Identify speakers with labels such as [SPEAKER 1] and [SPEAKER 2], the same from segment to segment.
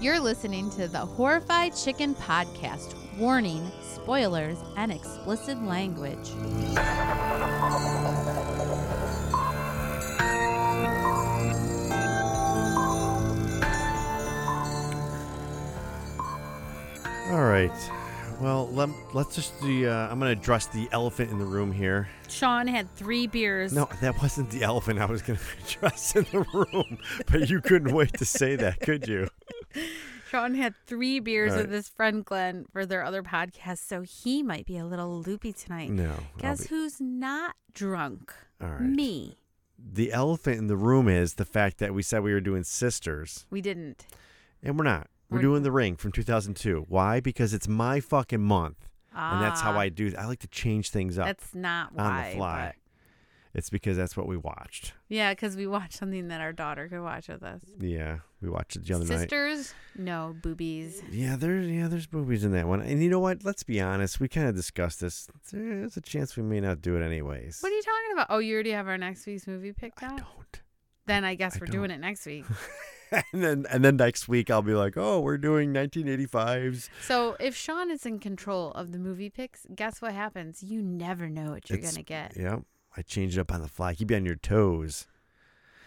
[SPEAKER 1] You're listening to the Horrified Chicken Podcast. Warning, spoilers, and explicit language.
[SPEAKER 2] All right. Well, let, let's just the. Uh, I'm going to address the elephant in the room here.
[SPEAKER 3] Sean had three beers.
[SPEAKER 2] No, that wasn't the elephant I was going to address in the room, but you couldn't wait to say that, could you?
[SPEAKER 3] Sean had three beers
[SPEAKER 2] All right.
[SPEAKER 3] with his friend Glenn for their other podcast, so he might be a little loopy tonight.
[SPEAKER 2] No. I'll
[SPEAKER 3] Guess
[SPEAKER 2] be-
[SPEAKER 3] who's not drunk?
[SPEAKER 2] All right.
[SPEAKER 3] Me.
[SPEAKER 2] The elephant in the room is the fact that we said we were doing sisters,
[SPEAKER 3] We didn't.
[SPEAKER 2] and we're not. We're,
[SPEAKER 3] We're-
[SPEAKER 2] doing The Ring from 2002. Why? Because it's my fucking month, and that's how
[SPEAKER 3] Ah,
[SPEAKER 2] I do. I like to change things up
[SPEAKER 3] That's not
[SPEAKER 2] on
[SPEAKER 3] why.
[SPEAKER 2] the fly.
[SPEAKER 3] but-
[SPEAKER 2] It's because that's what we watched.
[SPEAKER 3] yeah, because we watched something that our daughter could watch with us.
[SPEAKER 2] Yeah, we watched it the other night.
[SPEAKER 1] Sisters,
[SPEAKER 3] No boobies.
[SPEAKER 2] Yeah, there's yeah, there's boobies in that one. And you know what? Let's be honest. We kind of discussed this. There's a chance we may not do it anyways.
[SPEAKER 3] What are you talking about? Oh, you already have our next week's movie picked
[SPEAKER 2] I
[SPEAKER 3] out.
[SPEAKER 2] don't.
[SPEAKER 3] Then I guess
[SPEAKER 2] I
[SPEAKER 3] we're
[SPEAKER 2] don't.
[SPEAKER 3] doing it next week.
[SPEAKER 2] and then and then next week I'll be like, oh, we're doing 1985s.
[SPEAKER 3] so if Sean is in control of the movie picks, guess what happens? You never know what you're
[SPEAKER 2] It's-
[SPEAKER 3] gonna get.
[SPEAKER 2] Yeah, I changed it up on the fly. Keep you on your toes.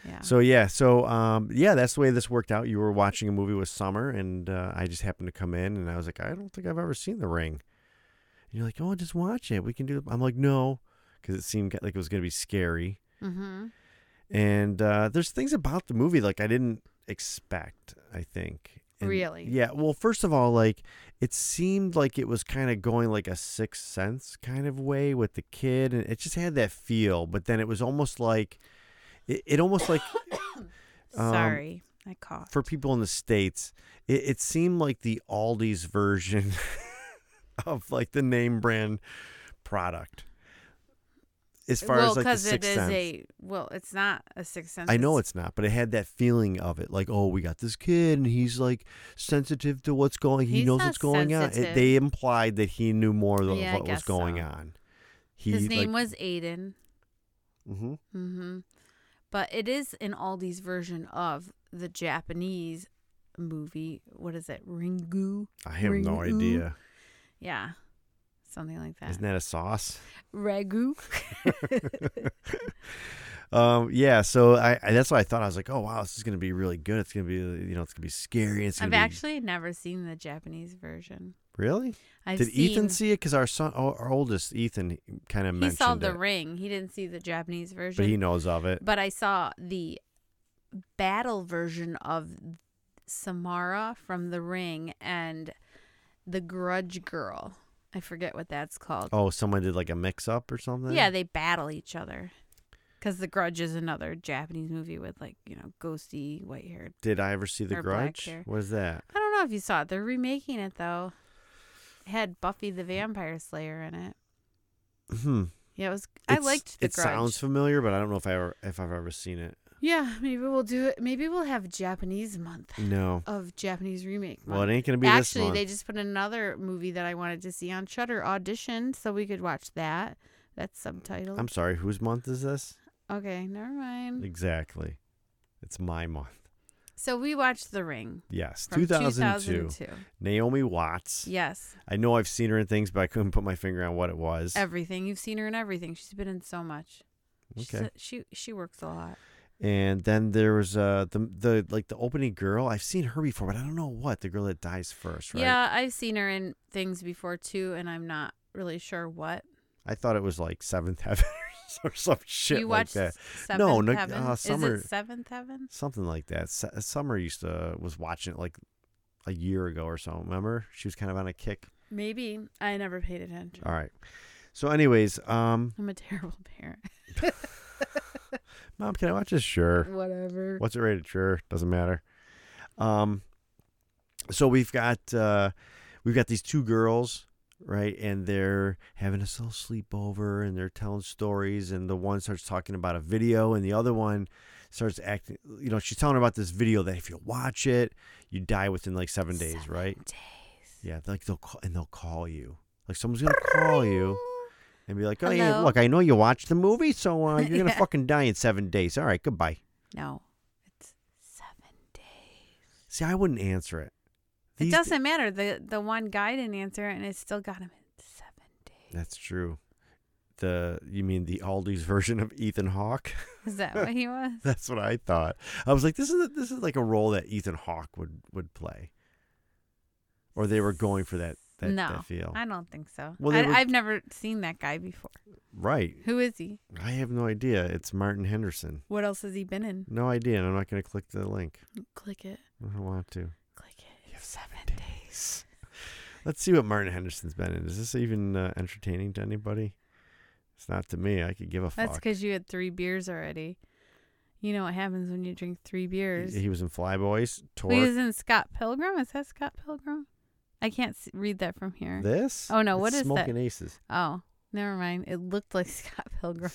[SPEAKER 3] Yeah.
[SPEAKER 2] So yeah, so um, yeah, that's the way this worked out. You were watching a movie with Summer, and uh, I just happened to come in, and I was like, I don't think I've ever seen The Ring. And you're like, oh, just watch it. We can do. I'm like, no, because it seemed like it was gonna be scary.
[SPEAKER 3] mm-hmm.
[SPEAKER 2] and uh, there's things about the movie like I didn't expect. I think And-
[SPEAKER 3] Really?
[SPEAKER 2] yeah. Well, first of all, like it seemed like it was kind of going like a sixth sense kind of way with the kid, and it just had that feel. But then it was almost like it, it almost like Um,
[SPEAKER 3] Sorry, I coughed.
[SPEAKER 2] for people in the states, it, it seemed like the Aldi's version of like the name brand product. As far
[SPEAKER 3] well,
[SPEAKER 2] as like the
[SPEAKER 3] because it
[SPEAKER 2] sixth
[SPEAKER 3] is
[SPEAKER 2] sense.
[SPEAKER 3] a well, it's not a sixth sense.
[SPEAKER 2] I know it's not, but it had that feeling of it, like, oh, we got this kid, and he's like sensitive to what's going. He
[SPEAKER 3] He's
[SPEAKER 2] knows
[SPEAKER 3] not
[SPEAKER 2] what's going on.
[SPEAKER 3] sensitive.
[SPEAKER 2] It, they implied that he knew more of
[SPEAKER 3] Yeah, I
[SPEAKER 2] what was
[SPEAKER 3] guess
[SPEAKER 2] going
[SPEAKER 3] so.
[SPEAKER 2] on. He,
[SPEAKER 3] his name was Aiden.
[SPEAKER 2] was. hmm
[SPEAKER 3] Mm-hmm. But it is an Aldi's version of the Japanese movie. What is it, Ringu?
[SPEAKER 2] I have no
[SPEAKER 3] Ringu.
[SPEAKER 2] idea.
[SPEAKER 3] Yeah, something like that.
[SPEAKER 2] Isn't that a sauce?
[SPEAKER 3] Ragu.
[SPEAKER 2] Um, yeah. So I, I that's what I thought. I was like, oh wow, this is gonna be really good. It's gonna be, you know, it's gonna be scary. It's gonna
[SPEAKER 3] I've
[SPEAKER 2] be
[SPEAKER 3] actually never seen the Japanese version.
[SPEAKER 2] really.
[SPEAKER 3] I've
[SPEAKER 2] Did
[SPEAKER 3] seen,
[SPEAKER 2] Ethan see it? Because our son, our our oldest Ethan, kind of
[SPEAKER 3] He
[SPEAKER 2] mentioned
[SPEAKER 3] saw the
[SPEAKER 2] it,
[SPEAKER 3] ring. He didn't see the Japanese version.
[SPEAKER 2] but he knows of it.
[SPEAKER 3] but I saw the battle version of Samara from The Ring and the Grudge Girl. I forget what that's called.
[SPEAKER 2] Oh, someone did like a mix up or something.
[SPEAKER 3] yeah, they battle each other. Because The Grudge is another Japanese movie with like you know ghosty white haired.
[SPEAKER 2] Did I ever see The
[SPEAKER 3] Or black
[SPEAKER 2] Grudge?
[SPEAKER 3] hair.
[SPEAKER 2] What is that?
[SPEAKER 3] I don't know if you saw it. They're remaking it though. It had Buffy the Vampire Slayer in it.
[SPEAKER 2] Hmm.
[SPEAKER 3] Yeah, it was. I
[SPEAKER 2] It's-
[SPEAKER 3] liked The
[SPEAKER 2] it
[SPEAKER 3] Grudge.
[SPEAKER 2] sounds familiar, but I don't know if I ever if I've ever seen it.
[SPEAKER 3] yeah, maybe we'll do it. Maybe we'll have Japanese month
[SPEAKER 2] No.
[SPEAKER 3] of Japanese remake. Month.
[SPEAKER 2] Well, it ain't gonna be
[SPEAKER 3] Actually,
[SPEAKER 2] this month.
[SPEAKER 3] they just put another movie that I wanted to see on Shutter Audition, so we could watch that. That's subtitled.
[SPEAKER 2] I'm sorry. Whose month is this?
[SPEAKER 3] Okay, never mind.
[SPEAKER 2] Exactly. It's my month.
[SPEAKER 3] So we watched The Ring
[SPEAKER 2] Yes,
[SPEAKER 3] from
[SPEAKER 2] 2002.
[SPEAKER 3] 2002.
[SPEAKER 2] Naomi Watts.
[SPEAKER 3] Yes,
[SPEAKER 2] I know I've seen her in things, but I couldn't put my finger on what it was.
[SPEAKER 3] everything you've seen her in everything. She's been in so much. She's
[SPEAKER 2] Okay.
[SPEAKER 3] a- she she works a lot.
[SPEAKER 2] And then there was uh the the like the opening girl. I've seen her before, but I don't know what the girl that dies first. Right.
[SPEAKER 3] Yeah, I've seen her in things before too, and I'm not really sure what
[SPEAKER 2] I thought it was like Seventh Heaven or some shit
[SPEAKER 3] you
[SPEAKER 2] like
[SPEAKER 3] watched.
[SPEAKER 2] that.
[SPEAKER 3] Seventh
[SPEAKER 2] No, no,
[SPEAKER 3] Heaven.
[SPEAKER 2] uh, Summer-
[SPEAKER 3] Is it Seventh Heaven?
[SPEAKER 2] something like that. S- uh, Summer used to was watching it like a year ago or so. Remember, she was kind of on a kick.
[SPEAKER 3] Maybe I never paid attention.
[SPEAKER 2] All right. So, anyways, um,
[SPEAKER 3] I'm a terrible parent.
[SPEAKER 2] mom, can I watch this? Sure.
[SPEAKER 3] Whatever.
[SPEAKER 2] What's it rated? Sure, doesn't matter. Um, so we've got uh, we've got these two girls, right? And they're having a little sleepover, and they're telling stories. And the one starts talking about a video, and the other one starts acting. You know, she's telling her about this video that if you watch it, you die within like seven days, right?
[SPEAKER 3] Days.
[SPEAKER 2] Yeah, like they'll call, and they'll call you. Like someone's gonna call you and be like, "Oh yeah,
[SPEAKER 3] Hello?
[SPEAKER 2] look, I know you watched the movie, so uh, you're gonna
[SPEAKER 3] Yeah.
[SPEAKER 2] fucking die in seven days. All right, goodbye."
[SPEAKER 3] No, it's seven days.
[SPEAKER 2] See, I wouldn't answer it. These-
[SPEAKER 3] it doesn't matter. The the one guy didn't answer and it still got him in seven days.
[SPEAKER 2] That's true. The you mean the Aldi's version of Ethan Hawke?
[SPEAKER 3] Is that what he was?
[SPEAKER 2] That's what I thought. I was like, this is this is like a role that Ethan Hawke would would play, or they were going for that that,
[SPEAKER 3] no.
[SPEAKER 2] that feel.
[SPEAKER 3] I don't think so.
[SPEAKER 2] Oh. Well, they
[SPEAKER 3] I,
[SPEAKER 2] were-
[SPEAKER 3] I've never seen that guy before.
[SPEAKER 2] right.
[SPEAKER 3] Who is he?
[SPEAKER 2] I have no idea. It's Martin Henderson.
[SPEAKER 3] What else has he been in?
[SPEAKER 2] No idea, and I'm not going to click the link.
[SPEAKER 3] Click it.
[SPEAKER 2] I don't want to.
[SPEAKER 3] Click it.
[SPEAKER 2] You have
[SPEAKER 3] seven
[SPEAKER 2] days. Let's see what Martin Henderson's been in. Is this even uh, entertaining to anybody? It's not to me. I could give a
[SPEAKER 3] That's
[SPEAKER 2] fuck.
[SPEAKER 3] because you had three beers already. You know what happens when you drink three beers.
[SPEAKER 2] He, he was in Flyboys,
[SPEAKER 3] Well, he
[SPEAKER 2] Torque.
[SPEAKER 3] was in Scott Pilgrim. Is that Scott Pilgrim? I can't s- read that from here.
[SPEAKER 2] This?
[SPEAKER 3] Oh, no,
[SPEAKER 2] It's
[SPEAKER 3] what is that?
[SPEAKER 2] Smoking Aces.
[SPEAKER 3] oh, never mind. It looked like Scott Pilgrim.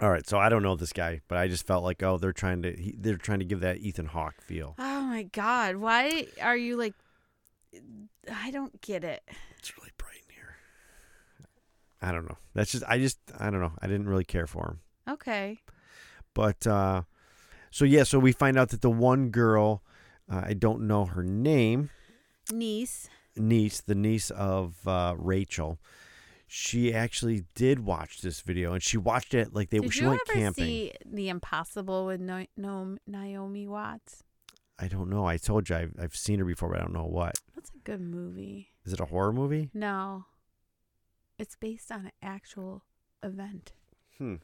[SPEAKER 2] All right, so I don't know this guy, but I just felt like, oh, they're trying to he, they're trying to give that Ethan Hawke feel.
[SPEAKER 3] oh my God. Why are you like. I don't get it.
[SPEAKER 2] It's really bright in here. I don't know. That's just I just I don't know. I didn't really care for him.
[SPEAKER 3] Okay.
[SPEAKER 2] But uh, so yeah, so we find out that the one girl, uh, I don't know her name,
[SPEAKER 3] Niece.
[SPEAKER 2] niece, the niece of uh, Rachel, she actually did watch this video, and she watched it like they
[SPEAKER 3] Did
[SPEAKER 2] she
[SPEAKER 3] you
[SPEAKER 2] went
[SPEAKER 3] ever
[SPEAKER 2] camping.
[SPEAKER 3] see The Impossible with no- no- Naomi Watts?
[SPEAKER 2] I don't know. I told you I've, I've seen her before, but I don't know what.
[SPEAKER 3] That's a good movie.
[SPEAKER 2] Is it a horror movie?
[SPEAKER 3] No. It's based on an actual event.
[SPEAKER 2] Hmm.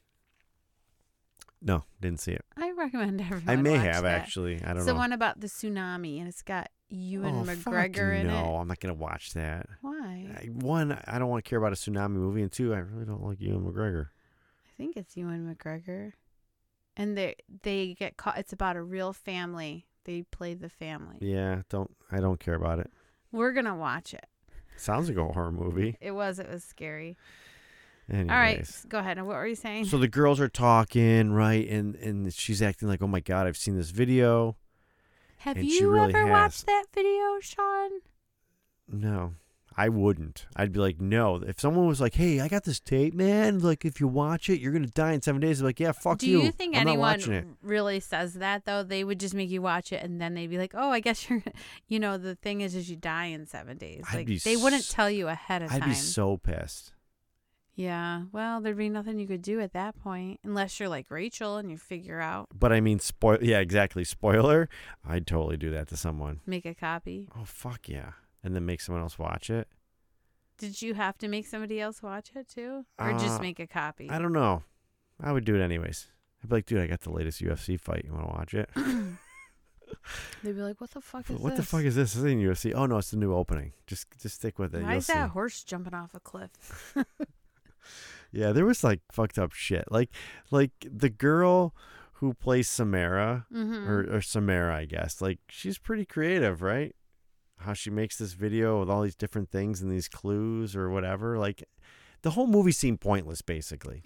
[SPEAKER 2] No, didn't see it.
[SPEAKER 3] I recommend everyone.
[SPEAKER 2] I may
[SPEAKER 3] watch
[SPEAKER 2] have
[SPEAKER 3] that.
[SPEAKER 2] actually. I don't
[SPEAKER 3] It's
[SPEAKER 2] know.
[SPEAKER 3] the one about the tsunami, and it's got Ewan
[SPEAKER 2] oh, fuck
[SPEAKER 3] McGregor in
[SPEAKER 2] no,
[SPEAKER 3] it.
[SPEAKER 2] I'm not gonna watch that.
[SPEAKER 3] Why? I
[SPEAKER 2] I, one, I don't want to care about a tsunami movie, and two, I really don't like Ewan McGregor.
[SPEAKER 3] think it's Ewan McGregor, and they they get caught. It's about a real family. They play the family.
[SPEAKER 2] Yeah, don't I don't care about it.
[SPEAKER 3] We're gonna watch it.
[SPEAKER 2] Sounds like a horror movie.
[SPEAKER 3] It was it was scary.
[SPEAKER 2] Anyways.
[SPEAKER 3] All right, s- go ahead. What were you saying?
[SPEAKER 2] So the girls are talking, right? And and she's acting like, "Oh my god, I've seen this video."
[SPEAKER 3] Have
[SPEAKER 2] and she
[SPEAKER 3] you
[SPEAKER 2] really
[SPEAKER 3] ever
[SPEAKER 2] has.
[SPEAKER 3] watched that video, Sean?
[SPEAKER 2] No. I wouldn't. I'd be like, "No." If someone was like, "Hey, I got this tape, man. Like if you watch it, you're going to die in 7 days." I'd be like, "Yeah, fuck
[SPEAKER 3] Do
[SPEAKER 2] you.
[SPEAKER 3] you think
[SPEAKER 2] I'm not
[SPEAKER 3] anyone
[SPEAKER 2] watching it."
[SPEAKER 3] really says that though? They would just make you watch it, and then they'd be like, "Oh, I guess you're," you know. The thing is, is you die in seven days.
[SPEAKER 2] I'd
[SPEAKER 3] Like
[SPEAKER 2] be
[SPEAKER 3] they wouldn't
[SPEAKER 2] s-
[SPEAKER 3] tell you ahead of
[SPEAKER 2] I'd
[SPEAKER 3] time.
[SPEAKER 2] be so pissed.
[SPEAKER 3] yeah. Well, there'd be nothing you could do at that point, unless you're like Rachel and you figure out
[SPEAKER 2] But I mean, spoil Yeah, exactly. Spoiler. I'd totally do that to someone.
[SPEAKER 3] make a copy.
[SPEAKER 2] Oh fuck yeah. And then make someone else watch it.
[SPEAKER 3] Did you have to make somebody else watch it too, or just
[SPEAKER 2] Uh,
[SPEAKER 3] make a copy?
[SPEAKER 2] I don't know. I would do it anyways. I'd be like, dude, I got the latest UFC fight. You want to watch it?
[SPEAKER 3] They'd be like, "What the fuck is
[SPEAKER 2] what the
[SPEAKER 3] this?
[SPEAKER 2] fuck is this? This ain't UFC. Oh no, it's the new opening. Just just stick with it.
[SPEAKER 3] Why
[SPEAKER 2] You'll
[SPEAKER 3] is that
[SPEAKER 2] see.
[SPEAKER 3] horse jumping off a cliff?
[SPEAKER 2] Yeah, there was like fucked up shit. Like like the girl who plays Samara
[SPEAKER 3] hmm
[SPEAKER 2] or, or Samara, I guess. Like she's pretty creative, right? How she makes this video with all these different things and these clues or whatever. Like the whole movie seemed pointless, basically.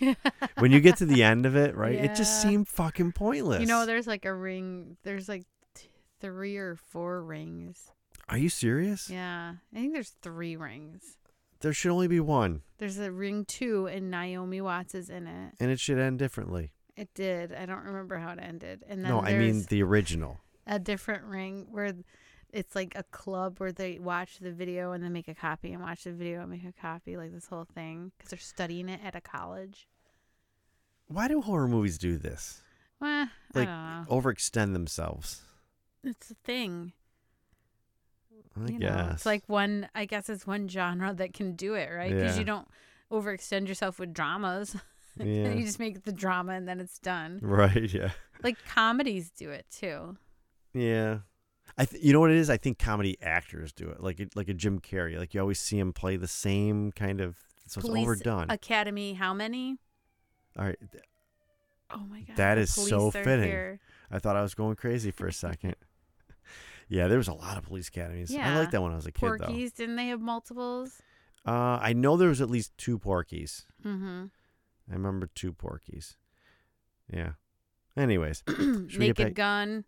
[SPEAKER 2] when you get to the end of it, right? It just
[SPEAKER 3] Yeah.
[SPEAKER 2] seemed fucking pointless.
[SPEAKER 3] You know, there's like a ring. There's like t- three or four rings.
[SPEAKER 2] Are you serious?
[SPEAKER 3] Yeah, I think there's three rings.
[SPEAKER 2] There should only be one,
[SPEAKER 3] There's a ring two, and Naomi Watts is in it.
[SPEAKER 2] and it should end differently.
[SPEAKER 3] It did. I don't remember how it ended. And then
[SPEAKER 2] No, I
[SPEAKER 3] there's
[SPEAKER 2] mean the original.
[SPEAKER 3] a different ring where it's like a club where they watch the video and then make a copy and watch the video and make a copy, like this whole thing, because they're studying it at a college.
[SPEAKER 2] Why do horror movies do this?
[SPEAKER 3] Eh,
[SPEAKER 2] Like
[SPEAKER 3] I don't know.
[SPEAKER 2] overextend themselves.
[SPEAKER 3] It's a thing.
[SPEAKER 2] I
[SPEAKER 3] you
[SPEAKER 2] guess.
[SPEAKER 3] know, it's like one. I guess it's one genre that can do it, right? Because
[SPEAKER 2] Yeah.
[SPEAKER 3] you don't overextend yourself with dramas.
[SPEAKER 2] Yeah.
[SPEAKER 3] you just make the drama and then it's done.
[SPEAKER 2] right, yeah.
[SPEAKER 3] Like comedies do it too.
[SPEAKER 2] Yeah. I th- you know what it is? I think comedy actors do it. Like a, like a Jim Carrey. Like you always see him play the same kind of so it's
[SPEAKER 3] Police uh,
[SPEAKER 2] overdone.
[SPEAKER 3] Academy, how many?
[SPEAKER 2] All right. th-
[SPEAKER 3] Oh my god,
[SPEAKER 2] That
[SPEAKER 3] the
[SPEAKER 2] is
[SPEAKER 3] police
[SPEAKER 2] so
[SPEAKER 3] are
[SPEAKER 2] fitting.
[SPEAKER 3] here.
[SPEAKER 2] I thought I was going crazy for a second. yeah, there was a lot of police academies. I
[SPEAKER 3] Yeah.
[SPEAKER 2] liked that when I was a kid
[SPEAKER 3] Porkies, didn't they have multiples?
[SPEAKER 2] though. Uh, I know there was at least two Porkies.
[SPEAKER 3] Mm-hmm.
[SPEAKER 2] I remember two Porkies. Yeah. Anyways, get back-
[SPEAKER 3] Naked Gun,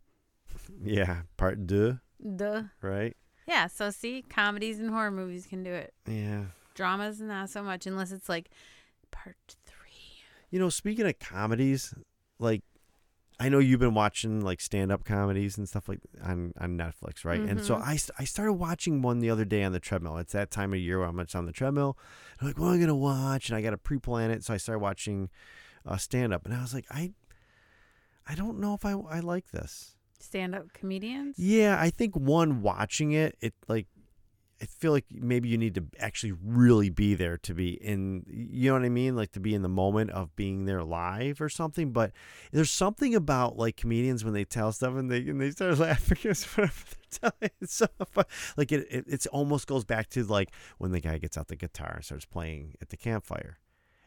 [SPEAKER 2] yeah, part deux,
[SPEAKER 3] duh.
[SPEAKER 2] right?
[SPEAKER 3] Yeah, so see, comedies and horror movies can do it.
[SPEAKER 2] Yeah.
[SPEAKER 3] Dramas, not so much, unless it's like part three.
[SPEAKER 2] You know, speaking of comedies, like I know you've been watching like stand up comedies and stuff like on on Netflix, right? And so
[SPEAKER 3] Mhm.
[SPEAKER 2] I, st- I started watching one the other day on the treadmill. It's that time of year where I'm much on the treadmill. And I'm like, well, I'm gonna watch, and I got to pre plan it. So I started watching uh, stand up, and I was like, I I don't know if I I like this.
[SPEAKER 3] Stand up comedians?
[SPEAKER 2] Yeah, I think one watching it, it like I feel like maybe you need to actually really be there to be in you know what I mean? Like to be in the moment of being there live or something. But there's something about like comedians when they tell stuff and they and they start laughing because whatever they're telling it's so fun. Like it, it it's almost goes back to like when the guy gets out the guitar and starts playing at the campfire.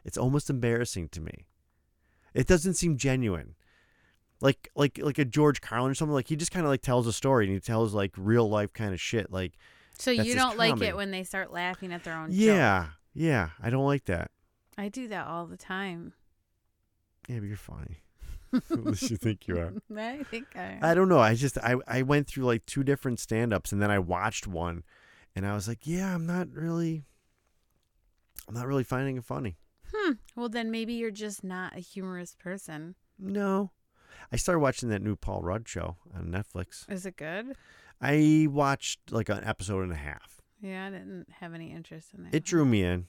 [SPEAKER 2] It's almost embarrassing to me. It doesn't seem genuine like like like a George Carlin or something. Like he just kind of like tells a story and he tells like real life kind of shit. Like
[SPEAKER 3] So
[SPEAKER 2] That's
[SPEAKER 3] you
[SPEAKER 2] his
[SPEAKER 3] don't like
[SPEAKER 2] comedy.
[SPEAKER 3] it when they start laughing at their own joke.
[SPEAKER 2] yeah, yeah, I don't like that.
[SPEAKER 3] I do that all the time.
[SPEAKER 2] Yeah, but you're funny. At least you think you are.
[SPEAKER 3] I think I,
[SPEAKER 2] I don't know. I just I I went through like two different stand ups and then I watched one, and I was like, yeah, I'm not really, I'm not really finding it funny.
[SPEAKER 3] Hmm. Well, then maybe you're just not a humorous person.
[SPEAKER 2] No. I started watching that new Paul Rudd show on Netflix.
[SPEAKER 3] Is it good?
[SPEAKER 2] I watched like an episode and a half.
[SPEAKER 3] Yeah, I didn't have any interest in that.
[SPEAKER 2] It drew me in.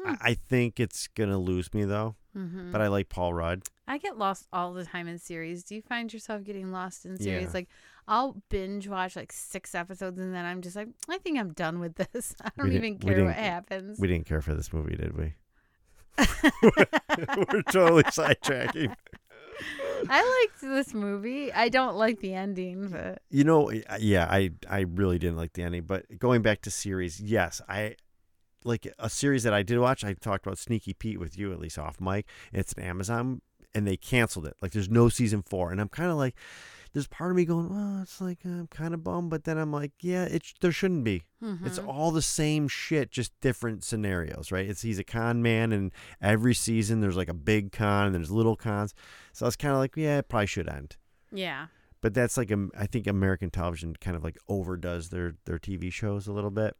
[SPEAKER 3] Hmm.
[SPEAKER 2] I, I think it's gonna lose me though,
[SPEAKER 3] hmm
[SPEAKER 2] but I like Paul Rudd.
[SPEAKER 3] I get lost all the time in series. Do you find yourself getting lost in series?
[SPEAKER 2] Yeah.
[SPEAKER 3] Like, I'll binge watch like six episodes and then I'm just like, I think I'm done with this. I don't
[SPEAKER 2] We didn't-
[SPEAKER 3] even
[SPEAKER 2] we
[SPEAKER 3] care what
[SPEAKER 2] didn't-
[SPEAKER 3] happens.
[SPEAKER 2] We didn't care for this movie, did we? We're totally sidetracking.
[SPEAKER 3] I liked this movie. I don't like the ending, but
[SPEAKER 2] You know, I- yeah, I I really didn't like the ending. But going back to series, yes, I like a series that I did watch. I talked about Sneaky Pete with you at least off mic. It's an Amazon, and they canceled it. Like, there's no season four, and I'm kind of like, there's part of me going, oh, it's like I'm kind of bummed, but then I'm like, yeah, it sh- there shouldn't be. It's
[SPEAKER 3] Mhm.
[SPEAKER 2] all the same shit, just different scenarios, right? It's he's a con man, and every season there's like a big con and there's little cons. So I was kind of like, yeah, it probably should end.
[SPEAKER 3] yeah.
[SPEAKER 2] But that's like um, I think American television kind of like overdoes their their TV shows a little bit.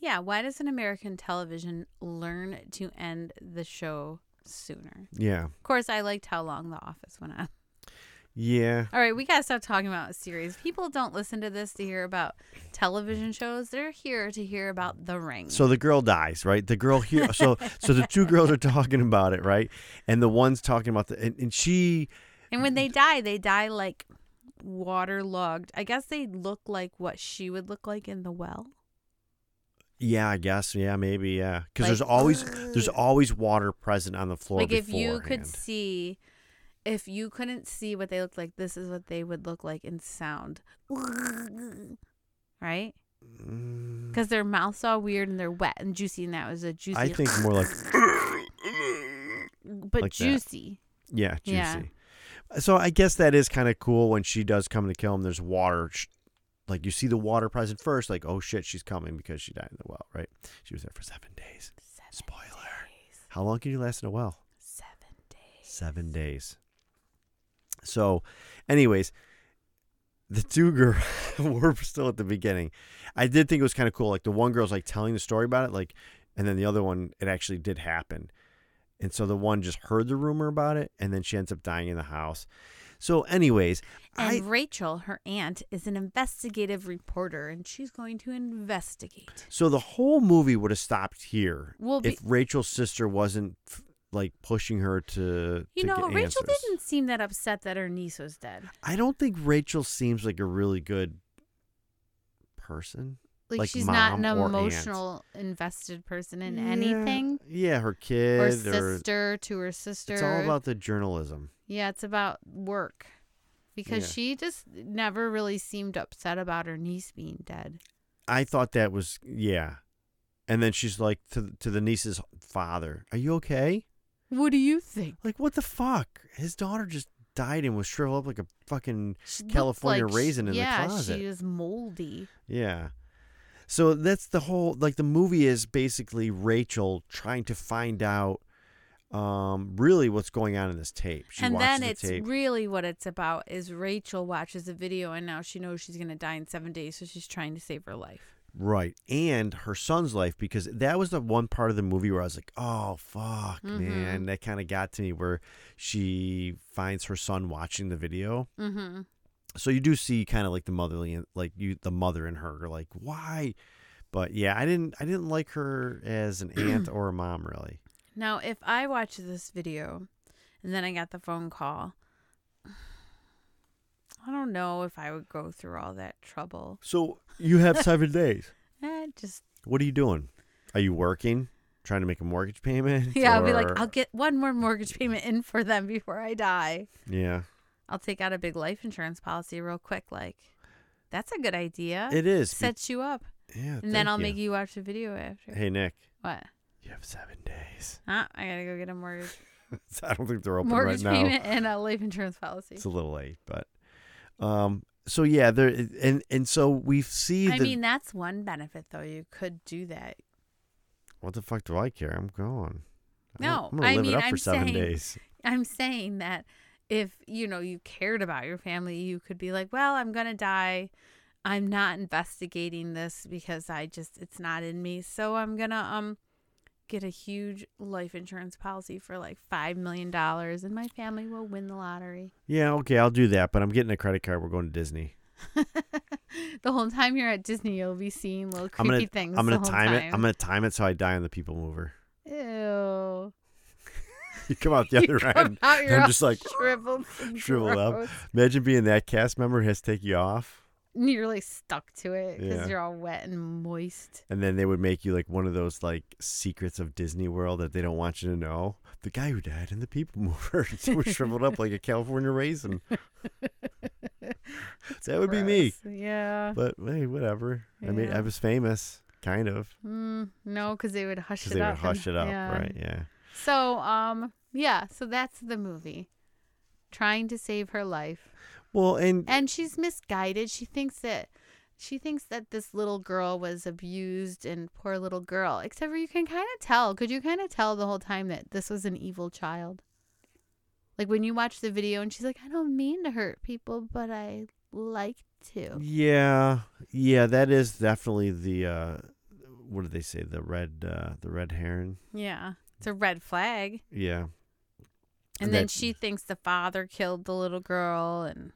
[SPEAKER 3] Yeah. Why doesn't American television learn to end the show sooner?
[SPEAKER 2] Yeah,
[SPEAKER 3] Of course, I liked how long The Office went on.
[SPEAKER 2] yeah,
[SPEAKER 3] All right, we gotta stop talking about series. People don't listen to this to hear about television shows. They're here to hear about The Ring.
[SPEAKER 2] So the girl dies, right? The girl here. So so the two girls are talking about it, right? And the one's talking about the and, and she
[SPEAKER 3] and when they die, they die like waterlogged. I guess they look like what she would look like in the well.
[SPEAKER 2] yeah, I guess yeah, maybe yeah, because there's
[SPEAKER 3] Like,
[SPEAKER 2] always there's
[SPEAKER 3] ugh.
[SPEAKER 2] always water present on the floor.
[SPEAKER 3] like if you could
[SPEAKER 2] beforehand.
[SPEAKER 3] see, if you couldn't see what they looked like, this is what they would look like in sound. Right?
[SPEAKER 2] Mm.
[SPEAKER 3] Because their mouths all weird and they're wet and juicy, and that was a juicy.
[SPEAKER 2] I think more like
[SPEAKER 3] but
[SPEAKER 2] like that.
[SPEAKER 3] juicy.
[SPEAKER 2] yeah, juicy.
[SPEAKER 3] Yeah.
[SPEAKER 2] So I guess that is kind of cool when she does come to kill him. There's water, sh- like you see the water present first. Like oh shit, she's coming because she died in the well, right? She was there for seven days.
[SPEAKER 3] Seven
[SPEAKER 2] Spoiler.
[SPEAKER 3] days.
[SPEAKER 2] How long can you last in a well?
[SPEAKER 3] Seven days.
[SPEAKER 2] Seven days. So, anyways, the two girls were still at the beginning. I did think it was kind of cool. Like the one girl's like telling the story about it, like, and then the other one, it actually did happen. And so the one just heard the rumor about it, and then she ends up dying in the house. So, anyways,
[SPEAKER 3] And
[SPEAKER 2] I
[SPEAKER 3] Rachel, her aunt, is an investigative reporter, and she's going to investigate.
[SPEAKER 2] so the whole movie would have stopped here
[SPEAKER 3] Well, be-
[SPEAKER 2] if Rachel's sister wasn't f- like pushing her to.
[SPEAKER 3] You
[SPEAKER 2] to
[SPEAKER 3] know,
[SPEAKER 2] get
[SPEAKER 3] Rachel
[SPEAKER 2] answers.
[SPEAKER 3] didn't seem that upset that her niece was dead.
[SPEAKER 2] I don't think Rachel seems like a really good person.
[SPEAKER 3] Like,
[SPEAKER 2] Like
[SPEAKER 3] she's not an
[SPEAKER 2] mom or aunt.
[SPEAKER 3] emotional invested person in anything.
[SPEAKER 2] Yeah, her kid
[SPEAKER 3] Or
[SPEAKER 2] or
[SPEAKER 3] sister to her sister.
[SPEAKER 2] Eh, It's all about the journalism.
[SPEAKER 3] yeah, it's about work. Because
[SPEAKER 2] Yeah.
[SPEAKER 3] she just never really seemed upset about her niece being dead.
[SPEAKER 2] I thought that was yeah. And then she's like to to the niece's father, "Are you okay?"
[SPEAKER 3] What do you think?
[SPEAKER 2] Like, what the fuck? His daughter just died and was shriveled up like a fucking
[SPEAKER 3] She looked
[SPEAKER 2] California
[SPEAKER 3] like
[SPEAKER 2] raisin
[SPEAKER 3] she,
[SPEAKER 2] in the
[SPEAKER 3] yeah,
[SPEAKER 2] closet.
[SPEAKER 3] she is moldy.
[SPEAKER 2] Yeah. So that's the whole like the movie is basically Rachel trying to find out um really what's going on in this tape. She
[SPEAKER 3] and
[SPEAKER 2] watches
[SPEAKER 3] then
[SPEAKER 2] the
[SPEAKER 3] it's
[SPEAKER 2] tape.
[SPEAKER 3] really what it's about is Rachel watches a video and now she knows she's going to die in 7 days so she's trying to save her life.
[SPEAKER 2] Right. And her son's life, because that was the one part of the movie where I was like, oh, fuck,
[SPEAKER 3] Mm-hmm.
[SPEAKER 2] man. That kind of got to me where she finds her son watching the video.
[SPEAKER 3] Mm-hmm.
[SPEAKER 2] So you do see kind of like the motherly, like you, the mother in her, like, why? But yeah, I didn't, I didn't like her as an aunt or a mom, really.
[SPEAKER 3] Now, if I watched this video and then I got the phone call, I don't know if I would go through all that trouble.
[SPEAKER 2] So you have seven days.
[SPEAKER 3] Eh, just
[SPEAKER 2] What are you doing? Are you working? Trying to make a mortgage payment?
[SPEAKER 3] yeah, I'll be like,
[SPEAKER 2] Or-
[SPEAKER 3] I'll get one more mortgage payment in for them before I die.
[SPEAKER 2] yeah.
[SPEAKER 3] I'll take out a big life insurance policy real quick. Like, that's a good idea.
[SPEAKER 2] It is. be-
[SPEAKER 3] sets you up,
[SPEAKER 2] yeah.
[SPEAKER 3] and then I'll make you watch the video after.
[SPEAKER 2] Hey, Nick.
[SPEAKER 3] What?
[SPEAKER 2] You have seven days.
[SPEAKER 3] Huh? I gotta go get a mortgage
[SPEAKER 2] I don't think they're open
[SPEAKER 3] mortgage
[SPEAKER 2] right now.
[SPEAKER 3] payment and a life insurance policy.
[SPEAKER 2] It's a little late, but um so yeah, there and and so we see
[SPEAKER 3] I
[SPEAKER 2] the
[SPEAKER 3] mean, that's one benefit though. You could do that.
[SPEAKER 2] what the fuck do I care? I'm gone. I'm-
[SPEAKER 3] No,
[SPEAKER 2] I'm gonna
[SPEAKER 3] I
[SPEAKER 2] live
[SPEAKER 3] mean,
[SPEAKER 2] it up for
[SPEAKER 3] I'm
[SPEAKER 2] seven
[SPEAKER 3] saying-
[SPEAKER 2] days.
[SPEAKER 3] I'm saying that if you know you cared about your family, you could be like, "Well, I'm gonna die. I'm not investigating this because I just it's not in me. So I'm gonna um get a huge life insurance policy for like five million dollars, and my family will win the lottery."
[SPEAKER 2] Yeah, okay, I'll do that, but I'm getting a credit card. We're going to Disney.
[SPEAKER 3] the whole time you're at Disney, you'll be seeing little
[SPEAKER 2] I'm
[SPEAKER 3] creepy
[SPEAKER 2] gonna
[SPEAKER 3] things.
[SPEAKER 2] I'm
[SPEAKER 3] the
[SPEAKER 2] gonna
[SPEAKER 3] whole
[SPEAKER 2] time, it.
[SPEAKER 3] time.
[SPEAKER 2] I'm gonna time it so I die on the People Mover.
[SPEAKER 3] Ew.
[SPEAKER 2] You come out the
[SPEAKER 3] You
[SPEAKER 2] other
[SPEAKER 3] come
[SPEAKER 2] end.
[SPEAKER 3] out, you're
[SPEAKER 2] I'm
[SPEAKER 3] all
[SPEAKER 2] just like
[SPEAKER 3] shriveled, and
[SPEAKER 2] shriveled up.
[SPEAKER 3] gross.
[SPEAKER 2] Imagine being that cast member who has to take you off,
[SPEAKER 3] And you're like stuck to it because
[SPEAKER 2] Yeah.
[SPEAKER 3] you're all wet and moist.
[SPEAKER 2] and then they would make you like one of those like secrets of Disney World that they don't want you to know. The guy who died in the People Mover was shriveled up like a California raisin. that would be me.
[SPEAKER 3] Gross. Yeah.
[SPEAKER 2] But hey, whatever. I mean,
[SPEAKER 3] Yeah.
[SPEAKER 2] I was famous, kind of,
[SPEAKER 3] Mm, no, because they would hush
[SPEAKER 2] because
[SPEAKER 3] it
[SPEAKER 2] they would
[SPEAKER 3] up. and-
[SPEAKER 2] hush it up,
[SPEAKER 3] yeah.
[SPEAKER 2] right? Yeah.
[SPEAKER 3] So, um, yeah. So that's the movie, trying to save her life,
[SPEAKER 2] Well, and
[SPEAKER 3] and she's misguided. She thinks that. She thinks that this little girl was abused and poor little girl. Except for you can kind of tell. Could you kind of tell the whole time that this was an evil child? Like when you watch the video and she's like, I don't mean to hurt people, but I like to.
[SPEAKER 2] yeah, yeah, that is definitely the uh, what did they say? The red, uh, the red heron.
[SPEAKER 3] Yeah. It's a red flag.
[SPEAKER 2] Yeah,
[SPEAKER 3] And,
[SPEAKER 2] And
[SPEAKER 3] then
[SPEAKER 2] that-
[SPEAKER 3] she thinks the father killed the little girl, and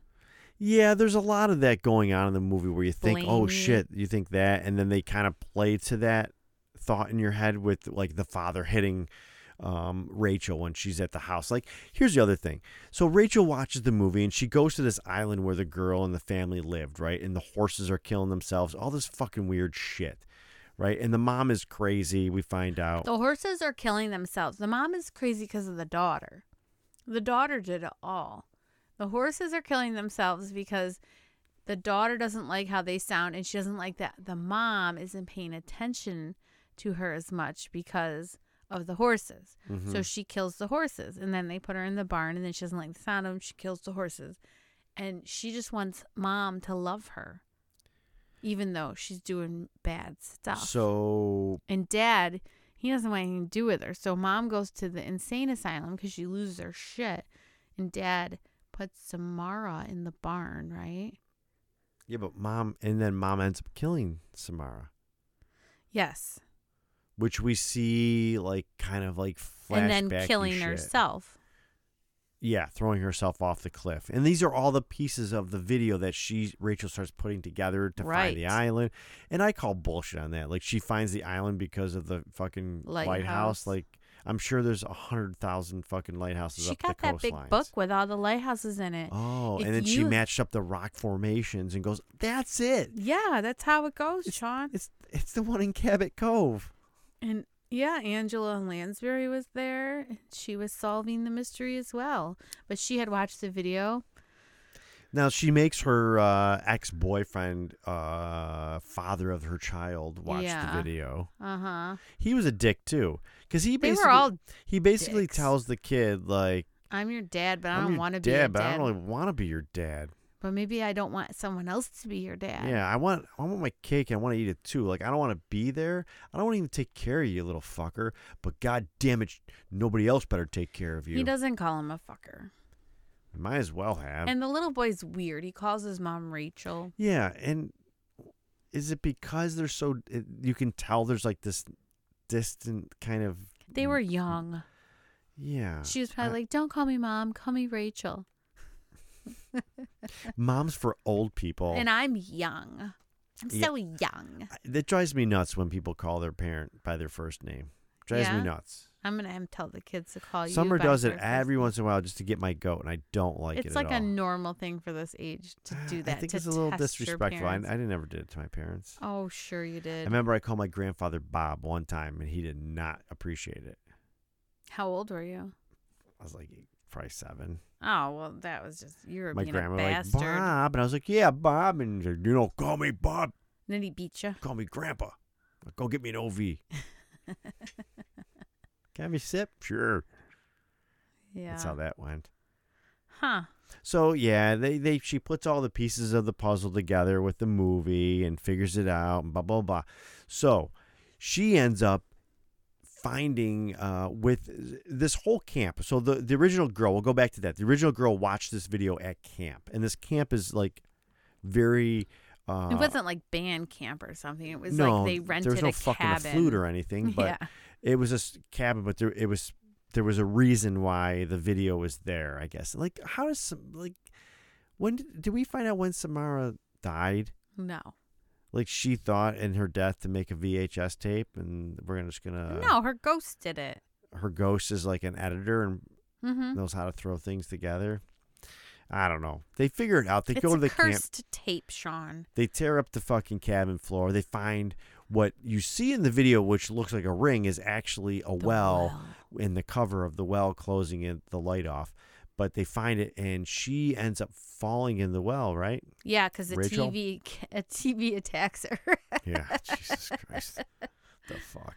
[SPEAKER 2] yeah. There's a lot of that going on in the movie where you think, oh
[SPEAKER 3] Blamey.
[SPEAKER 2] shit, you think that, and then they kind of play to that thought in your head with like the father hitting um, Rachel when she's at the house. Like, here's the other thing. So Rachel watches the movie and she goes to this island where the girl and the family lived, right? And the horses are killing themselves, all this fucking weird shit, right? And the mom is crazy. We find out.
[SPEAKER 3] the horses are killing themselves. The mom is crazy because of the daughter. The daughter did it all. The horses are killing themselves because the daughter doesn't like how they sound, and she doesn't like that the mom isn't paying attention to her as much because of the horses.
[SPEAKER 2] Mm-hmm.
[SPEAKER 3] So she kills the horses, and then they put her in the barn, and then she doesn't like the sound of them. She kills the horses, and she just wants mom to love her, even though she's doing bad stuff.
[SPEAKER 2] So
[SPEAKER 3] and dad, he doesn't want anything to do with her. So mom goes to the insane asylum because she loses her shit, and dad puts Samara in the barn, right?
[SPEAKER 2] yeah, but mom, and then mom ends up killing Samara,
[SPEAKER 3] Yes,
[SPEAKER 2] which we see like kind of like flashback
[SPEAKER 3] and then killing herself.
[SPEAKER 2] yeah throwing herself off the cliff and these are all the pieces of the video that she rachel starts putting together to find the
[SPEAKER 3] Right.
[SPEAKER 2] island and i call bullshit on that like she finds the island because of the fucking lighthouse,
[SPEAKER 3] Lighthouse.
[SPEAKER 2] like i'm sure there's a hundred thousand fucking lighthouses
[SPEAKER 3] She
[SPEAKER 2] up
[SPEAKER 3] got
[SPEAKER 2] the
[SPEAKER 3] that big
[SPEAKER 2] coastlines.
[SPEAKER 3] book with all the lighthouses in it.
[SPEAKER 2] oh
[SPEAKER 3] If
[SPEAKER 2] and then she
[SPEAKER 3] you-
[SPEAKER 2] matched up the rock formations and goes that's it
[SPEAKER 3] Yeah, that's how it goes, Sean.
[SPEAKER 2] it's it's the one in cabot cove
[SPEAKER 3] And yeah, Angela Lansbury was there. and She was solving the mystery as well. But she had watched the video.
[SPEAKER 2] now she makes her uh, ex-boyfriend uh, father of her child watch
[SPEAKER 3] Yeah.
[SPEAKER 2] the video
[SPEAKER 3] Uh huh.
[SPEAKER 2] he was a dick too because he
[SPEAKER 3] They
[SPEAKER 2] basically
[SPEAKER 3] were all.
[SPEAKER 2] he basically
[SPEAKER 3] dicks.
[SPEAKER 2] tells the kid like
[SPEAKER 3] I'm your dad, but I
[SPEAKER 2] I'm
[SPEAKER 3] don't
[SPEAKER 2] your
[SPEAKER 3] want to be
[SPEAKER 2] dad,
[SPEAKER 3] your
[SPEAKER 2] but I
[SPEAKER 3] dad.
[SPEAKER 2] don't really want to be your dad.
[SPEAKER 3] But maybe I don't want someone else to be your dad.
[SPEAKER 2] Yeah, I want I want my cake and I want to eat it too. Like I don't want to be there. I don't want to even take care of you, little fucker. But god damn it, nobody else better take care of you.
[SPEAKER 3] He doesn't call him a fucker.
[SPEAKER 2] Might as well have.
[SPEAKER 3] and the little boy's weird. He calls his mom Rachel.
[SPEAKER 2] yeah, and is it because they're so it, you can tell there's like this distant kind of
[SPEAKER 3] They were young.
[SPEAKER 2] yeah.
[SPEAKER 3] She was
[SPEAKER 2] Mm. Uh, I-
[SPEAKER 3] probably like, "Don't call me mom, call me Rachel."
[SPEAKER 2] moms for old people.
[SPEAKER 3] And I'm young. I'm
[SPEAKER 2] Yeah.
[SPEAKER 3] so young.
[SPEAKER 2] I- that drives me nuts when people call their parent by their first name. Drives
[SPEAKER 3] Yeah?
[SPEAKER 2] me nuts.
[SPEAKER 3] I'm gonna have to tell the kids to call you.
[SPEAKER 2] Summer
[SPEAKER 3] by
[SPEAKER 2] does it
[SPEAKER 3] their first
[SPEAKER 2] every
[SPEAKER 3] name.
[SPEAKER 2] once in a while just to get my goat, and I don't like it.
[SPEAKER 3] it's
[SPEAKER 2] at
[SPEAKER 3] like a
[SPEAKER 2] all.
[SPEAKER 3] normal thing for this age to do that.
[SPEAKER 2] I think
[SPEAKER 3] to
[SPEAKER 2] it's a little
[SPEAKER 3] test your
[SPEAKER 2] disrespectful. I,
[SPEAKER 3] parents.
[SPEAKER 2] I never did it to my parents.
[SPEAKER 3] oh, sure you
[SPEAKER 2] I
[SPEAKER 3] did.
[SPEAKER 2] remember I called my grandfather Bob one time, and he did not appreciate it.
[SPEAKER 3] How old were you?
[SPEAKER 2] I was like probably seven.
[SPEAKER 3] Oh well, that was just you were
[SPEAKER 2] my
[SPEAKER 3] being
[SPEAKER 2] grandma
[SPEAKER 3] a
[SPEAKER 2] like
[SPEAKER 3] bastard.
[SPEAKER 2] Bob, and I was like, yeah, Bob, and he's like, you know, call me Bob,
[SPEAKER 3] And then he beat you.
[SPEAKER 2] call me Grandpa. Like, Go get me an OV. Can I have a sip? Sure.
[SPEAKER 3] Yeah.
[SPEAKER 2] That's how that went.
[SPEAKER 3] Huh.
[SPEAKER 2] So yeah, they, they she puts all the pieces of the puzzle together with the movie and figures it out and blah blah blah. So she ends up finding uh, with this whole camp. So the the original girl, we'll go back to that. The original girl watched this video at camp, and this camp is like very. Uh,
[SPEAKER 3] it wasn't like band camp or something. It was
[SPEAKER 2] no,
[SPEAKER 3] like they rented
[SPEAKER 2] there was no
[SPEAKER 3] a
[SPEAKER 2] fucking
[SPEAKER 3] cabin.
[SPEAKER 2] a flute or anything, but
[SPEAKER 3] yeah.
[SPEAKER 2] it was a s- cabin, but there it was there was a reason why the video was there. I guess. Like, how does some like when did, did we find out when Samara died?
[SPEAKER 3] No.
[SPEAKER 2] Like she thought in her death to make a VHS tape, and we're gonna- just gonna
[SPEAKER 3] no, her ghost did it.
[SPEAKER 2] Her ghost is like an editor and
[SPEAKER 3] Mm-hmm.
[SPEAKER 2] knows how to throw things together. I don't know. They figure it out. They
[SPEAKER 3] it's
[SPEAKER 2] go to
[SPEAKER 3] a
[SPEAKER 2] the camp.
[SPEAKER 3] cursed tape, Sean.
[SPEAKER 2] They tear up the fucking cabin floor. They find what you see in the video, which looks like a ring, is actually a
[SPEAKER 3] The
[SPEAKER 2] Oh, well in the cover of the well closing it the light off but they find it and she ends up falling in the well right
[SPEAKER 3] Yeah, because a
[SPEAKER 2] Rachel?
[SPEAKER 3] TV ca- a TV attacks her.
[SPEAKER 2] yeah jesus christ the fuck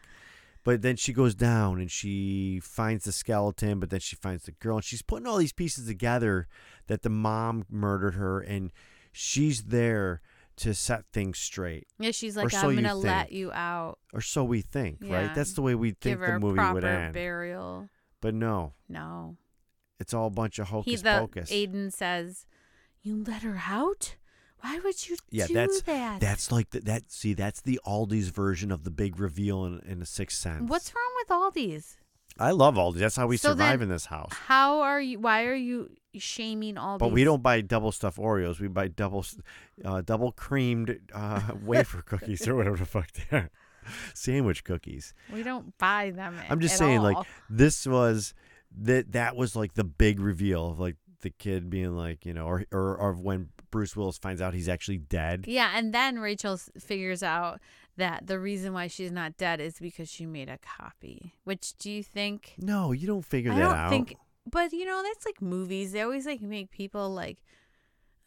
[SPEAKER 2] but then she goes down and she finds the skeleton but then she finds the girl and she's putting all these pieces together that the mom murdered her and she's there to set things straight
[SPEAKER 3] yeah, she's
[SPEAKER 2] Or
[SPEAKER 3] like,
[SPEAKER 2] so
[SPEAKER 3] I'm
[SPEAKER 2] you
[SPEAKER 3] gonna let you out.
[SPEAKER 2] or so we think
[SPEAKER 3] Yeah.
[SPEAKER 2] right that's the way we
[SPEAKER 3] Give
[SPEAKER 2] think
[SPEAKER 3] her
[SPEAKER 2] the
[SPEAKER 3] a
[SPEAKER 2] movie
[SPEAKER 3] proper
[SPEAKER 2] would end
[SPEAKER 3] burial.
[SPEAKER 2] but no
[SPEAKER 3] No.
[SPEAKER 2] it's all a bunch of hocus
[SPEAKER 3] he the
[SPEAKER 2] pocus
[SPEAKER 3] Aiden says, "You let her out? Why would you
[SPEAKER 2] Yeah,
[SPEAKER 3] do
[SPEAKER 2] that's
[SPEAKER 3] that?
[SPEAKER 2] that's like the, that. See, that's the Aldi's version of the big reveal in, in the Sixth Sense.
[SPEAKER 3] What's wrong with all these?
[SPEAKER 2] I love Aldi. That's how we
[SPEAKER 3] So
[SPEAKER 2] survive
[SPEAKER 3] then-
[SPEAKER 2] in this house.
[SPEAKER 3] How are you? Why are you shaming all
[SPEAKER 2] But
[SPEAKER 3] these?
[SPEAKER 2] we don't buy double stuffed Oreos. We buy double, s- uh, double creamed uh, wafer cookies or whatever the fuck they are, sandwich cookies.
[SPEAKER 3] We don't buy them. a-
[SPEAKER 2] I'm just
[SPEAKER 3] at
[SPEAKER 2] saying, like
[SPEAKER 3] all.
[SPEAKER 2] this was that that was like the big reveal of like the kid being like you know, or or, or when Bruce Willis finds out he's actually dead.
[SPEAKER 3] Yeah, and then Rachel s- figures out that the reason why she's not dead is because she made a copy. Which do you think?
[SPEAKER 2] No, you don't figure
[SPEAKER 3] I
[SPEAKER 2] that
[SPEAKER 3] don't
[SPEAKER 2] out.
[SPEAKER 3] think. But you know, that's like movies. They always like make people like.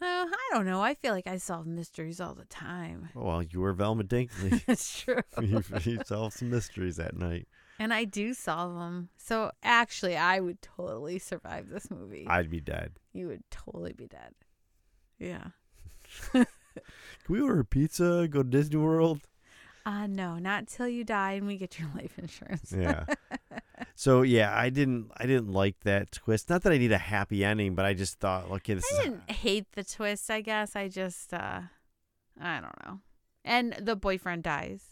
[SPEAKER 3] Uh, I don't know. I feel like I solve mysteries all the time.
[SPEAKER 2] well, you were Velma Dinkley.
[SPEAKER 3] That's true.
[SPEAKER 2] you, you solve some mysteries at night.
[SPEAKER 3] And I do solve them. So actually, I would totally survive this movie.
[SPEAKER 2] I'd be dead.
[SPEAKER 3] you would totally be dead. Yeah.
[SPEAKER 2] Can we order a pizza? Go to Disney World?
[SPEAKER 3] Uh, no, not till you die and we get your life insurance.
[SPEAKER 2] Yeah. so yeah, I didn't. I didn't like that twist. Not that I need a happy ending, but I just thought, okay, this
[SPEAKER 3] I
[SPEAKER 2] is.
[SPEAKER 3] didn't hate the twist, I guess. I just, uh, I don't know. And the boyfriend dies.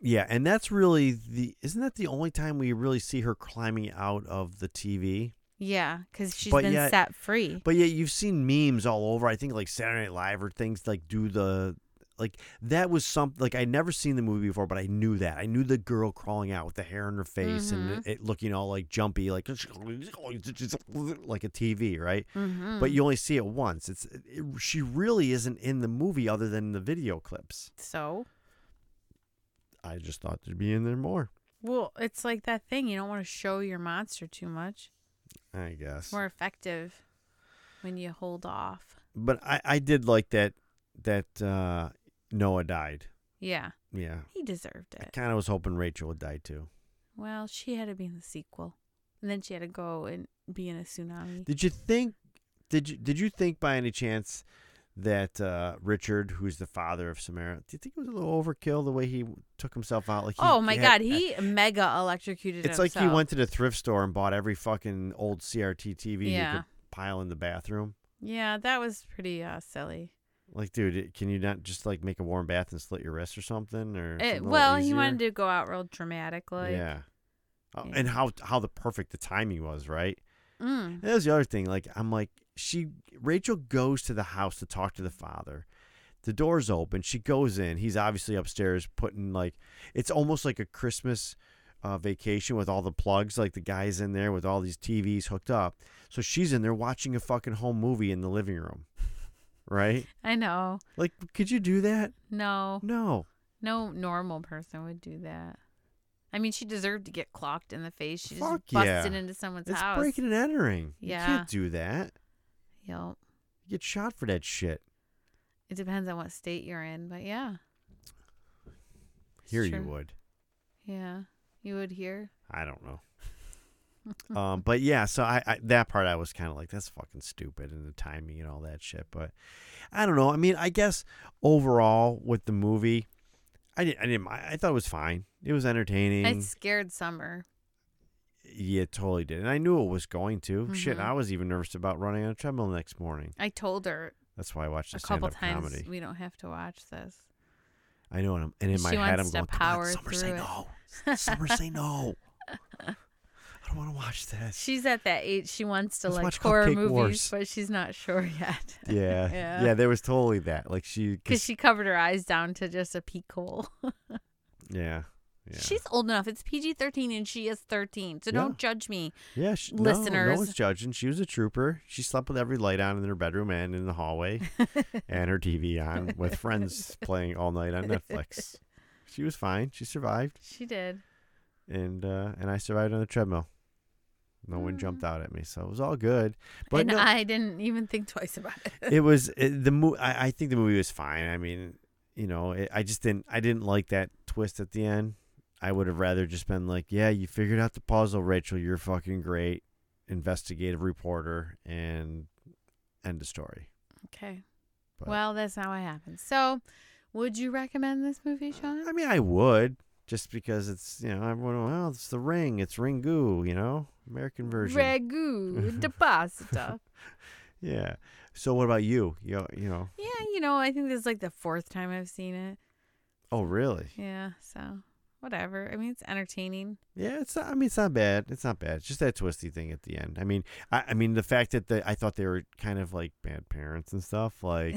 [SPEAKER 2] Yeah, and that's really the. Isn't that the only time we really see her climbing out of the TV?
[SPEAKER 3] Yeah, because she's
[SPEAKER 2] But
[SPEAKER 3] been
[SPEAKER 2] yet-
[SPEAKER 3] set free.
[SPEAKER 2] But yeah, you've seen memes all over. I think like Saturday Night Live or things like do the. Like that was something like I never seen the movie before, but I knew that I knew the girl crawling out with the hair in her face and it looking all like jumpy, like like a TV, right?
[SPEAKER 3] hmm
[SPEAKER 2] but you only see it once. It's it, she really isn't in the movie other than the video clips.
[SPEAKER 3] so,
[SPEAKER 2] I just thought there'd be in there more.
[SPEAKER 3] well, it's like that thing. You don't want to show your monster too much.
[SPEAKER 2] I guess,
[SPEAKER 3] It's more effective when you hold off.
[SPEAKER 2] but I I did like that that uh, Noah died.
[SPEAKER 3] Yeah,
[SPEAKER 2] Yeah,
[SPEAKER 3] he deserved
[SPEAKER 2] I
[SPEAKER 3] it.
[SPEAKER 2] kind of was hoping Rachel would die too.
[SPEAKER 3] Well, she had to be in the sequel, and then she had to go and be in a tsunami.
[SPEAKER 2] Did you think? Did you did you think by any chance that uh, Richard, who's the father of Samara, do you think it was a little overkill the way he took himself out? Like, he
[SPEAKER 3] oh my
[SPEAKER 2] had-
[SPEAKER 3] God, he mega electrocuted
[SPEAKER 2] It's like
[SPEAKER 3] himself.
[SPEAKER 2] he went to the thrift store and bought every fucking old CRT TV he
[SPEAKER 3] Yeah.
[SPEAKER 2] could pile in the bathroom.
[SPEAKER 3] Yeah, that was pretty uh, silly.
[SPEAKER 2] Like, dude, it- can you not just like make a warm bath and slit your wrist or something? Or
[SPEAKER 3] It-
[SPEAKER 2] something a little
[SPEAKER 3] Eh, well, he
[SPEAKER 2] easier?
[SPEAKER 3] wanted to go out real dramatic, like.
[SPEAKER 2] yeah. Oh,
[SPEAKER 3] yeah.
[SPEAKER 2] And how how the perfect the timing was, right?
[SPEAKER 3] Mm.
[SPEAKER 2] And that was the other thing. Like I'm like she Rachel goes to the house to talk to the father. The door's open. She goes in. He's obviously upstairs putting like it's almost like a Christmas uh, vacation with all the plugs. Like the guys in there with all these TVs hooked up. So she's in there watching a fucking home movie in the living room, right?
[SPEAKER 3] I know.
[SPEAKER 2] Like, could you do that?
[SPEAKER 3] No,
[SPEAKER 2] No.
[SPEAKER 3] no normal person would do that. I mean, she deserved to get clocked in the face. She just
[SPEAKER 2] Fuck yeah.
[SPEAKER 3] busted into someone's
[SPEAKER 2] It's
[SPEAKER 3] house.
[SPEAKER 2] breaking and entering.
[SPEAKER 3] Yeah.
[SPEAKER 2] You can't do that.
[SPEAKER 3] Yup.
[SPEAKER 2] You get shot for that shit.
[SPEAKER 3] It depends on what state you're in, but yeah, It's
[SPEAKER 2] Here you
[SPEAKER 3] true.
[SPEAKER 2] would.
[SPEAKER 3] yeah, you would hear.
[SPEAKER 2] I don't know. um, but yeah, so I, I that part I was kind of like, that's fucking stupid, and the timing and all that shit. But I don't know. I mean, I guess overall with the movie, I didn't. I didn't. I I thought it was fine. It was entertaining.
[SPEAKER 3] It scared Summer.
[SPEAKER 2] Yeah, it totally did. And I knew it was going to. Shit,
[SPEAKER 3] Mhm.
[SPEAKER 2] I was even nervous about running on a treadmill the next morning.
[SPEAKER 3] I told her
[SPEAKER 2] That's why I watched the
[SPEAKER 3] a couple
[SPEAKER 2] stand-up
[SPEAKER 3] times
[SPEAKER 2] comedy.
[SPEAKER 3] we don't have to watch this.
[SPEAKER 2] I know, and, I'm, and in my
[SPEAKER 3] She
[SPEAKER 2] head, I'm
[SPEAKER 3] wants to
[SPEAKER 2] going, Come
[SPEAKER 3] power
[SPEAKER 2] on, Summer, say
[SPEAKER 3] through it."
[SPEAKER 2] no. Summer, say no. I don't want to watch this.
[SPEAKER 3] She's at that age she wants to
[SPEAKER 2] Let's
[SPEAKER 3] like
[SPEAKER 2] watch
[SPEAKER 3] horror
[SPEAKER 2] Cupcake
[SPEAKER 3] movies,
[SPEAKER 2] Wars.
[SPEAKER 3] but she's not sure yet.
[SPEAKER 2] Yeah, yeah,
[SPEAKER 3] Yeah.
[SPEAKER 2] There was totally that. Like she,
[SPEAKER 3] Because she covered her eyes down to just a peak hole.
[SPEAKER 2] yeah, yeah.
[SPEAKER 3] She's old enough. It's PG 13 and she is 13. So
[SPEAKER 2] Yeah.
[SPEAKER 3] don't judge me.
[SPEAKER 2] yeah. She, no, no
[SPEAKER 3] listeners.
[SPEAKER 2] one's judging. She was a trooper. She slept with every light on in her bedroom and in the hallway, and her TV on with friends playing all night on Netflix. She was fine. She survived,
[SPEAKER 3] She did.
[SPEAKER 2] and uh, and I survived on the treadmill. No one jumped out at me, so it was all good. But
[SPEAKER 3] Mm. and
[SPEAKER 2] no,
[SPEAKER 3] I didn't even think twice about it.
[SPEAKER 2] it was it, the movie. I I think the movie was fine. I mean, you know, it, I just didn't. I didn't like that twist at the end. I would have rather just been like, "Yeah, you figured out the puzzle, Rachel. You're fucking great, investigative reporter," and end the story.
[SPEAKER 3] okay.
[SPEAKER 2] But,
[SPEAKER 3] Well, that's not what happened. So would you recommend this movie, Sean?
[SPEAKER 2] I mean, I would just because it's you know everyone. Well, it's the ring. It's Ringu. You know, American version.
[SPEAKER 3] Ragu de pasta.
[SPEAKER 2] Yeah. So what about you? You you know?
[SPEAKER 3] yeah, you know, I think this is like the fourth time I've seen it.
[SPEAKER 2] Oh, really?
[SPEAKER 3] Yeah, so whatever. I mean, it's entertaining.
[SPEAKER 2] Yeah, it's not, I mean it's not bad. It's not bad. It's just that twisty thing at the end. I mean, I, I mean the fact that the, I thought they were kind of like bad parents and stuff like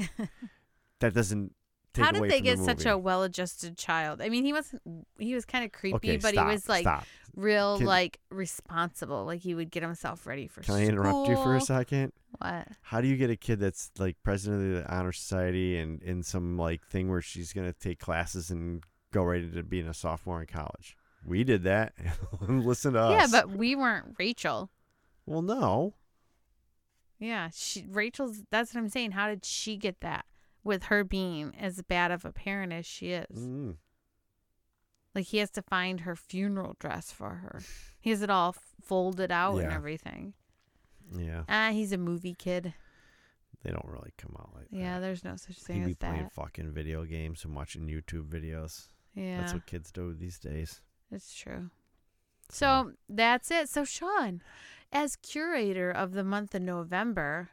[SPEAKER 2] that doesn't take
[SPEAKER 3] How did
[SPEAKER 2] away
[SPEAKER 3] they
[SPEAKER 2] from
[SPEAKER 3] get
[SPEAKER 2] the
[SPEAKER 3] such
[SPEAKER 2] movie.
[SPEAKER 3] a well-adjusted child? I mean, he wasn't. He was kind of creepy,
[SPEAKER 2] okay,
[SPEAKER 3] but
[SPEAKER 2] stop,
[SPEAKER 3] he was like
[SPEAKER 2] stop.
[SPEAKER 3] real,
[SPEAKER 2] Can-
[SPEAKER 3] like responsible. Like he would get himself ready for
[SPEAKER 2] Can
[SPEAKER 3] school.
[SPEAKER 2] I interrupt you for a second?
[SPEAKER 3] What?
[SPEAKER 2] How do you get a kid that's like president of the honor society and in some like thing where she's gonna take classes and go right into being a sophomore in college? We did that. Listen to
[SPEAKER 3] Yeah,
[SPEAKER 2] us.
[SPEAKER 3] but we weren't Rachel.
[SPEAKER 2] well, no.
[SPEAKER 3] Yeah, she Rachel's. That's what I'm saying. How did she get that? With her being as bad of a parent as she is,
[SPEAKER 2] Mm.
[SPEAKER 3] like he has to find her funeral dress for her. He has it all folded out and
[SPEAKER 2] Yeah.
[SPEAKER 3] everything.
[SPEAKER 2] Yeah,
[SPEAKER 3] Ah, he's a movie kid.
[SPEAKER 2] they don't really come out like that.
[SPEAKER 3] Yeah, there's no such
[SPEAKER 2] He'd
[SPEAKER 3] thing
[SPEAKER 2] be
[SPEAKER 3] as
[SPEAKER 2] playing
[SPEAKER 3] that.
[SPEAKER 2] fucking video games and watching YouTube videos.
[SPEAKER 3] Yeah,
[SPEAKER 2] That's what kids do these days.
[SPEAKER 3] That's true. So that's it. So Sean, as curator of the month of November,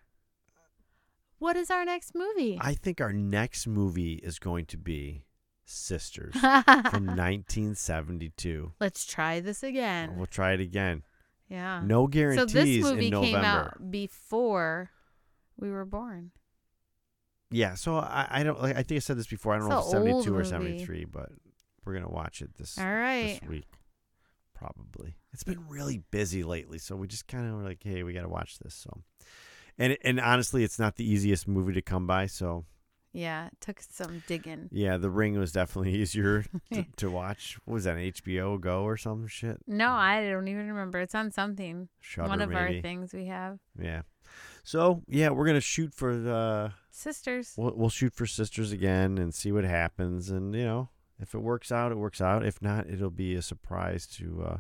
[SPEAKER 3] what is our next movie?
[SPEAKER 2] I think our next movie is going to be Sisters from 1972.
[SPEAKER 3] Let's try this again.
[SPEAKER 2] We'll try it again.
[SPEAKER 3] yeah.
[SPEAKER 2] Oh, No
[SPEAKER 3] so
[SPEAKER 2] guarantees
[SPEAKER 3] this movie
[SPEAKER 2] in
[SPEAKER 3] came
[SPEAKER 2] November.
[SPEAKER 3] out before we were born.
[SPEAKER 2] Yeah, so I, I don't like I think I said this before. I
[SPEAKER 3] It's
[SPEAKER 2] don't know if
[SPEAKER 3] a
[SPEAKER 2] it's 72
[SPEAKER 3] old
[SPEAKER 2] or
[SPEAKER 3] movie.
[SPEAKER 2] 73, but we're going to watch it this
[SPEAKER 3] All right.
[SPEAKER 2] this week probably. It's been really busy lately, so we just kind of were like, "Hey, we got to watch this." So and and honestly, it's not the easiest movie to come by, so
[SPEAKER 3] Yeah, it took some digging.
[SPEAKER 2] Yeah, The Ring was definitely easier to, to watch. What was that, an HBO Go or some shit?
[SPEAKER 3] No, I don't even remember. It's on something.
[SPEAKER 2] Shutter,
[SPEAKER 3] One of
[SPEAKER 2] maybe.
[SPEAKER 3] our things we have.
[SPEAKER 2] Yeah. So yeah, we're gonna shoot for the
[SPEAKER 3] Sisters.
[SPEAKER 2] we'll, we'll shoot for Sisters again and see what happens. And you know, if it works out, it works out. If not, it'll be a surprise to uh,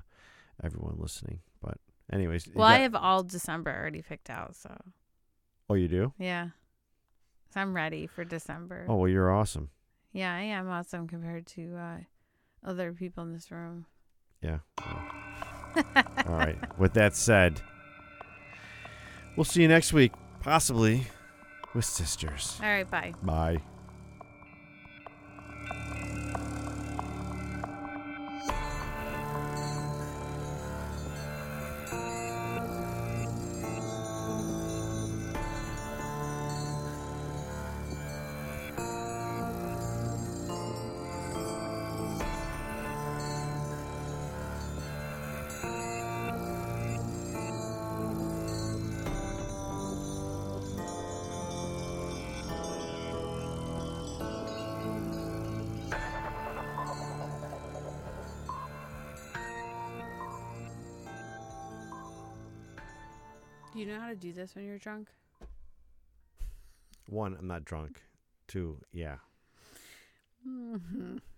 [SPEAKER 2] everyone listening. But anyways, you
[SPEAKER 3] Well, I
[SPEAKER 2] got-
[SPEAKER 3] have all December already picked out, so
[SPEAKER 2] oh you do?
[SPEAKER 3] yeah. So I'm ready for December.
[SPEAKER 2] Oh well, you're awesome.
[SPEAKER 3] Yeah, I am awesome compared to uh, other people in this room.
[SPEAKER 2] Yeah. All right. With that said, we'll see you next week, possibly with sisters.
[SPEAKER 3] All right, bye.
[SPEAKER 2] Bye.
[SPEAKER 3] Do you know how to do this when you're drunk?
[SPEAKER 2] One, I'm not drunk. Two, yeah.
[SPEAKER 3] Mm-hmm.